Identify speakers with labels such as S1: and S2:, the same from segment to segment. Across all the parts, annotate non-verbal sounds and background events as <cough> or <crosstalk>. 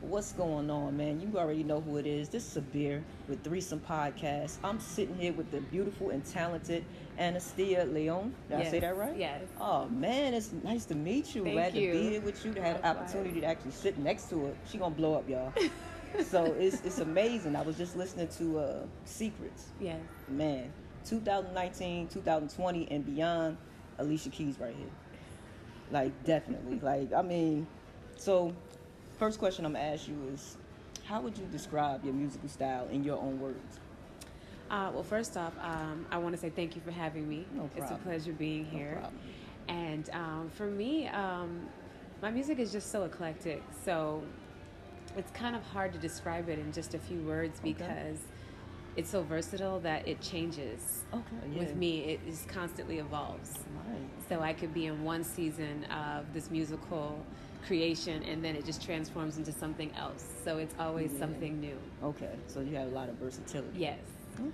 S1: what's going on, man? You already know who it is. This is a beer with Threesome Podcast. I'm sitting here with the beautiful and talented Anastia Leon. Did I say
S2: Yes,
S1: that right?
S2: yes.
S1: Oh man, it's nice to meet you.
S2: Thank
S1: Glad
S2: you.
S1: to be here with you. To have the
S2: Likewise.
S1: opportunity to actually sit next to her. She gonna blow up,
S2: <laughs>
S1: y'all. so it's it's amazing. I was just listening to uh, Secrets.
S2: Yes.
S1: Man, 2019, 2020, and beyond. Alicia Keys right here. Like
S2: <laughs>
S1: definitely. like I mean, so first question I'm gonna ask you is, how would you describe your musical style in your own words?
S2: Uh, well, first off, um, I want to say thank you for having me.
S1: No
S2: It's a
S1: problem.
S2: pleasure being here.
S1: problem.
S2: and um, for me, um, my music is just so eclectic. So it's kind of hard to describe it in just a few words because it's so versatile that it changes.
S1: Okay, yeah.
S2: With me, it is constantly evolves.
S1: Right.
S2: So I could be in one season of this musical creation and then it just transforms into something else. So it's always
S1: Yeah.
S2: something new.
S1: Okay, so you have a lot of versatility.
S2: Yes.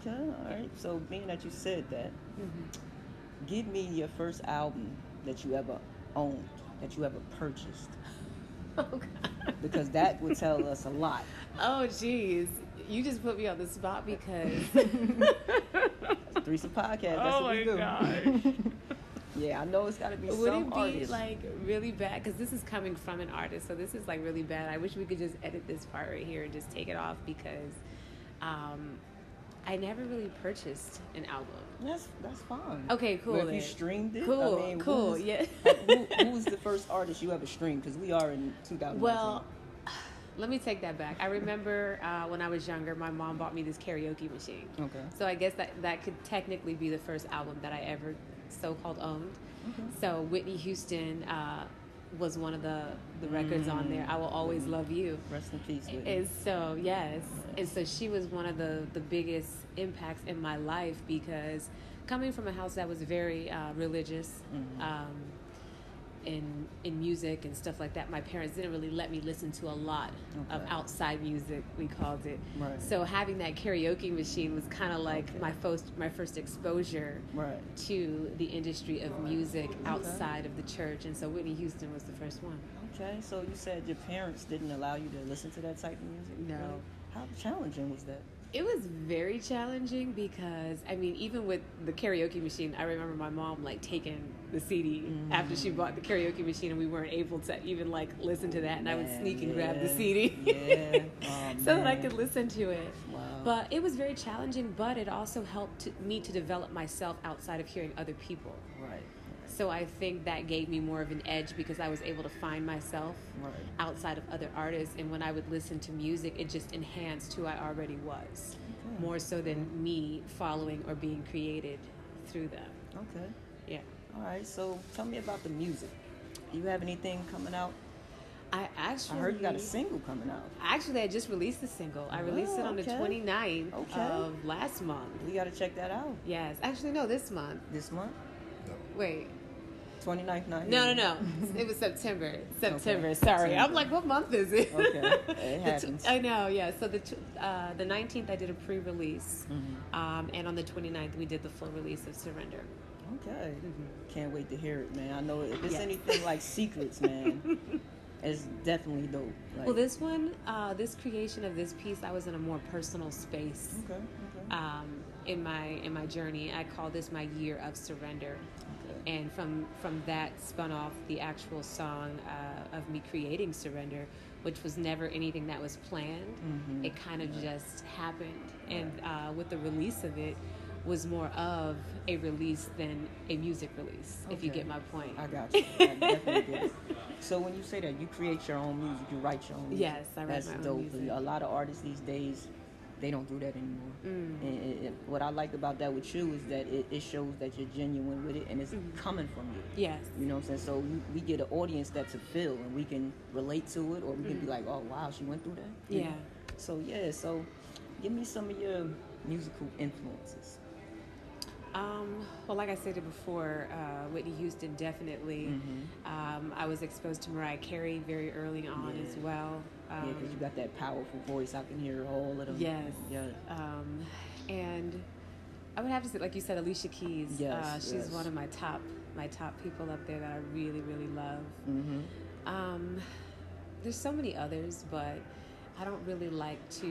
S1: Okay, all right. So being that you said that,
S2: Mm-hmm.
S1: give me your first album that you ever owned, that you ever purchased,
S2: Oh god.
S1: because that would tell us a lot.
S2: Oh jeez. You just put me on the spot
S1: <laughs>
S2: because
S1: Threesome podcast. That's
S2: <laughs> Oh
S1: what we
S2: my
S1: do.
S2: gosh.
S1: yeah, I know it's got to be
S2: would
S1: some
S2: it be
S1: artist.
S2: like really bad because this is coming from an artist so this is like really bad i wish we could just edit this part right here and just take it off because um, i never really purchased an album
S1: that's that's fine.
S2: Okay, cool
S1: But if you
S2: then.
S1: streamed it,
S2: Cool,
S1: I mean,
S2: cool,
S1: who's-
S2: yeah. <laughs>
S1: who, who was the first artist you ever streamed? Because we are in 2019.
S2: well <sighs> let me take that back i remember uh, when i was younger my mom bought me this karaoke machine
S1: Okay.
S2: so i guess that, that could technically be the first album that i ever so-called owned so whitney houston uh, was one of the, the records on there i will always love you
S1: rest in peace. Whitney.
S2: And so, yes. And so she was one of the, the biggest impacts in my life because coming from a house that was very uh, religious
S1: Mm-hmm.
S2: um, in, in music and stuff like that, my parents didn't really let me listen to a lot of
S1: Okay.
S2: outside music, we called it.
S1: Right.
S2: So having that karaoke machine was kind of like my, first, my first exposure
S1: Right.
S2: to the industry of music outside of the church. And so Whitney Houston was the first one.
S1: Okay, so you said your parents didn't allow you to listen to that type of music?
S2: No.
S1: Really? How challenging was that?
S2: It was very challenging because I mean, even with the karaoke machine, I remember my mom like taking the CD after
S1: Mm.
S2: she bought the karaoke machine, and we weren't able to even like listen to that. And I would
S1: Man,
S2: sneak and grab the
S1: yeah,
S2: CD, <laughs>
S1: yeah. Oh,
S2: so that I
S1: man. Oh.
S2: could listen to it.
S1: Wow.
S2: But it was very challenging, but it also helped to- me to develop myself outside of hearing other people.
S1: Right.
S2: So I think that gave me more of an edge because I was able to find myself
S1: Right.
S2: outside of other artists. And when I would listen to music, it just enhanced who I already was,
S1: Okay.
S2: more so than me following or being created through them.
S1: Okay.
S2: Yeah.
S1: All right, so tell me about the music. You have anything coming out?
S2: I actually
S1: I heard you got a single coming out.
S2: Actually, I just released the single. I released it on the
S1: Oh, okay.
S2: 29th
S1: Okay.
S2: of last month.
S1: We got to check that out
S2: Yes. Actually, no, this month.
S1: this month,
S2: Wait.
S1: 29th night.
S2: No, no, no. It was September. September. Sorry,
S1: September.
S2: I'm like, what month is it?
S1: Okay. It
S2: <laughs> The tw-
S1: happens.
S2: I know. Yeah. So the tw- uh, the 19th, I did a pre-release,
S1: Mm-hmm.
S2: um, and on the 29th, we did the full release of Surrender.
S1: Okay. Can't wait to hear it, man. I know if it's
S2: Yes.
S1: anything like Secrets,
S2: <laughs>
S1: man, it's definitely dope. Like,
S2: Well, this one, uh, this creation of this piece, I was in a more personal space
S1: Okay, okay.
S2: um, in my in my journey. I call this my year of surrender.
S1: okay.
S2: and from from that spun off the actual song uh, of me creating surrender which was never anything that was planned
S1: Mm-hmm.
S2: it kind of just happened and uh, with the release of it was more of a release than a music release if you
S1: Okay.
S2: get my point
S1: I got you.
S2: <laughs>
S1: I definitely get it. So when you say that you create your own music, you write your own music.
S2: Yes, I write
S1: That's
S2: my own
S1: dope.
S2: music.
S1: A lot of artists these days, they don't do that anymore.
S2: Mm.
S1: And it, it- what I like about that with you is that it, it shows that you're genuine with it and it's
S2: Mm-hmm.
S1: coming from you.
S2: yes
S1: You know what I'm saying? So we, we get an audience that's a feel and we can relate to it or we can be like, oh, wow, she went through that? You
S2: Mm-hmm. Yeah.
S1: know? So, yeah, so give me some of your musical influences.
S2: Um, well, like I stated before, uh, Whitney Houston definitely.
S1: Mm-hmm.
S2: Um, I was exposed to Mariah Carey very early on
S1: Yeah.
S2: as well.
S1: Yeah, 'cause
S2: Um,
S1: you got that powerful voice. I can hear all of them.
S2: Yes.
S1: Yeah.
S2: Um, and I would have to say, like you said, Alicia Keys.
S1: Yes,
S2: uh, she's
S1: yes.
S2: one of my
S1: Mm-hmm.
S2: top my top people up there that I really really love. Um, there's so many others, but I don't really like to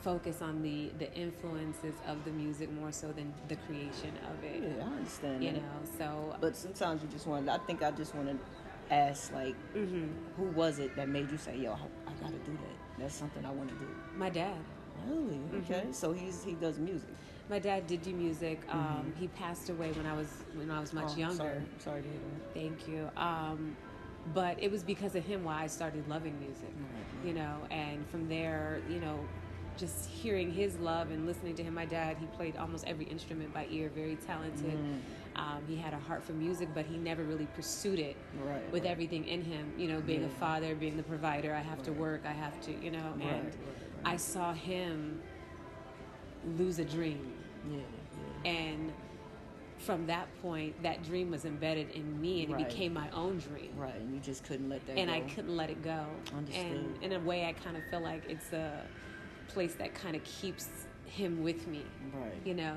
S2: focus on the the influences of the music more so than the creation of it.
S1: Yeah, I understand.
S2: You
S1: that.
S2: know, so
S1: But sometimes you just want. to I think I just want to ask, like,
S2: Mm-hmm.
S1: who was it that made you say, "Yo, I, I got to do that. That's something I want to do."
S2: my dad,
S1: Really?
S2: Mm-hmm.
S1: Okay. So he's he does music.
S2: my dad did do music. Um, he passed away when I was when I was much
S1: Mm-hmm. Oh,
S2: younger.
S1: Sorry, sorry to hear that.
S2: Thank you. Um, but it was because of him why I started loving music,
S1: Right,
S2: you know, and from there, you know, just hearing his love and listening to him. My dad, he played almost every instrument by ear, very talented. Um, he had a heart for music, but he never really pursued it
S1: Right,
S2: with
S1: right.
S2: everything in him, you know, being a father, being the provider. I have to work, I have to, you know,
S1: Right,
S2: and
S1: right,
S2: I saw him lose a dream
S1: Yeah. yeah.
S2: and from that point that dream was embedded in me and
S1: Right.
S2: it became my own dream
S1: Right. And you just couldn't let that.
S2: and
S1: go.
S2: i couldn't let it go
S1: Understood.
S2: and in a way i kind of feel like it's a place that kind of keeps him with me
S1: Right.
S2: you know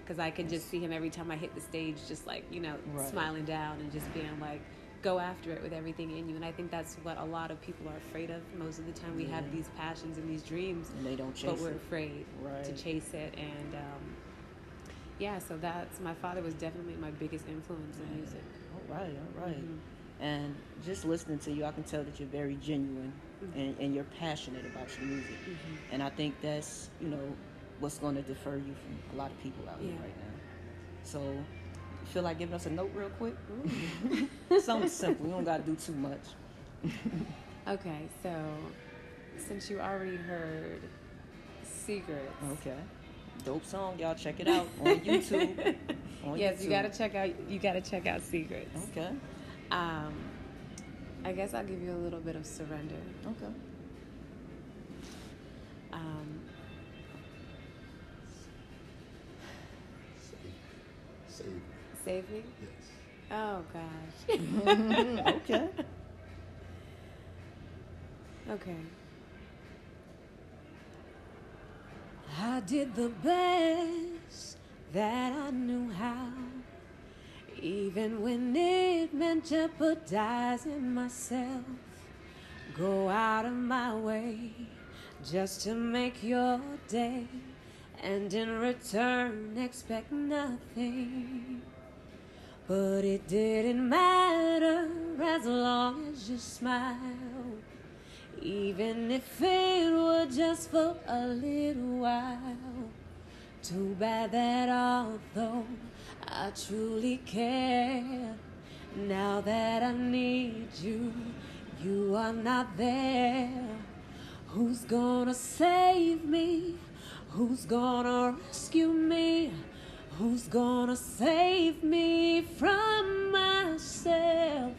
S2: because i can just see him every time i hit the stage just like you know
S1: Right.
S2: smiling down and just being like go after it with everything in you and i think that's what a lot of people are afraid of most of the time we have these passions and these dreams
S1: And they don't
S2: but
S1: chase
S2: we're
S1: it.
S2: afraid to
S1: Right.
S2: chase it and um, yeah so that's my father was definitely my biggest influence in music
S1: All Oh, right, all right.
S2: Mm-hmm.
S1: And just listening to you, I can tell that you're very genuine
S2: Mm-hmm.
S1: and, and you're passionate about your music. And I think that's, you know, what's going to defer you from a lot of people out here
S2: Yeah.
S1: right now. So, you feel like giving us a note real quick?
S2: Mm-hmm. <laughs>
S1: Something simple. You don't got to do too much.
S2: okay so since you already heard secrets
S1: Okay. Dope song, y'all. Check it out <laughs>
S2: <laughs>
S1: on YouTube. On
S2: yes you
S1: YouTube.
S2: gotta check out you gotta check out secrets
S1: Okay.
S2: um, i guess i'll give you a little bit of surrender
S1: Okay.
S2: um,
S3: Save. Save.
S2: save me
S3: Yes.
S2: oh gosh <laughs>
S1: Mm, okay.
S2: Okay. I did the best that I knew how, even when it meant jeopardizing myself. Go out of my way just to make your day, and in return, expect nothing. But it didn't matter as long as you smiled, even if it were just for a little while. Too bad that although I truly care, now that I need you, you are not there. Who's gonna save me? Who's gonna rescue me? Who's gonna save me from myself?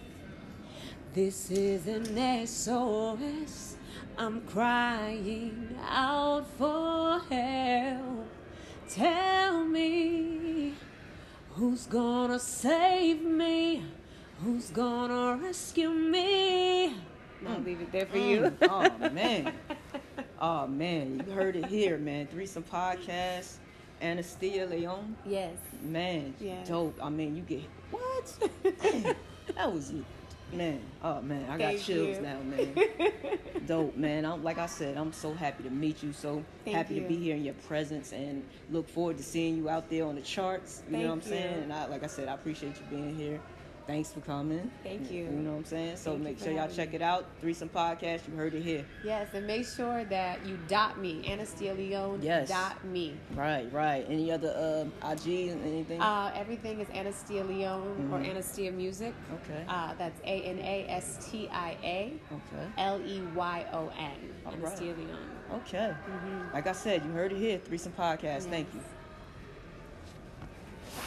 S2: This is an SOS. I'm crying out for help. Tell me who's gonna save me? Who's gonna rescue me? Mm. I'll leave it there for you.
S1: oh man. Oh man, you heard it here, man. Threesome podcast, Anastia Leon.
S2: <laughs> Yes.
S1: Man,
S2: Yes.
S1: dope. I mean, you get what? Dang, that was man. Oh man, I got
S2: Thank
S1: chills
S2: you.
S1: now, man. dope, man. I'm like I said, I'm so happy to meet you. So
S2: Thank
S1: happy to
S2: you.
S1: be here in your presence, and look forward to seeing you out there on the charts. You know what I'm
S2: Thank you.
S1: saying? And I, like I said, I appreciate you being here. Thanks for coming.
S2: Thank you.
S1: You know what I'm saying? So
S2: Thank you
S1: make
S2: for
S1: sure y'all
S2: having
S1: check
S2: me.
S1: it out. Threesome podcast. You heard it here.
S2: Yes, and make sure that you dot me, Anastia Leone.
S1: Yes.
S2: Dot me.
S1: Right, right. Any other uh, IG and anything?
S2: Uh, everything is Anastia Leone or Anastia Music.
S1: Okay.
S2: Uh, that's A N A S T I A
S1: okay.
S2: L E Y O N.
S1: All right.
S2: Anastia Leone.
S1: Okay. Like I said, you heard it here. Threesome podcast. Thank
S2: mm-hmm. Yes.
S1: you.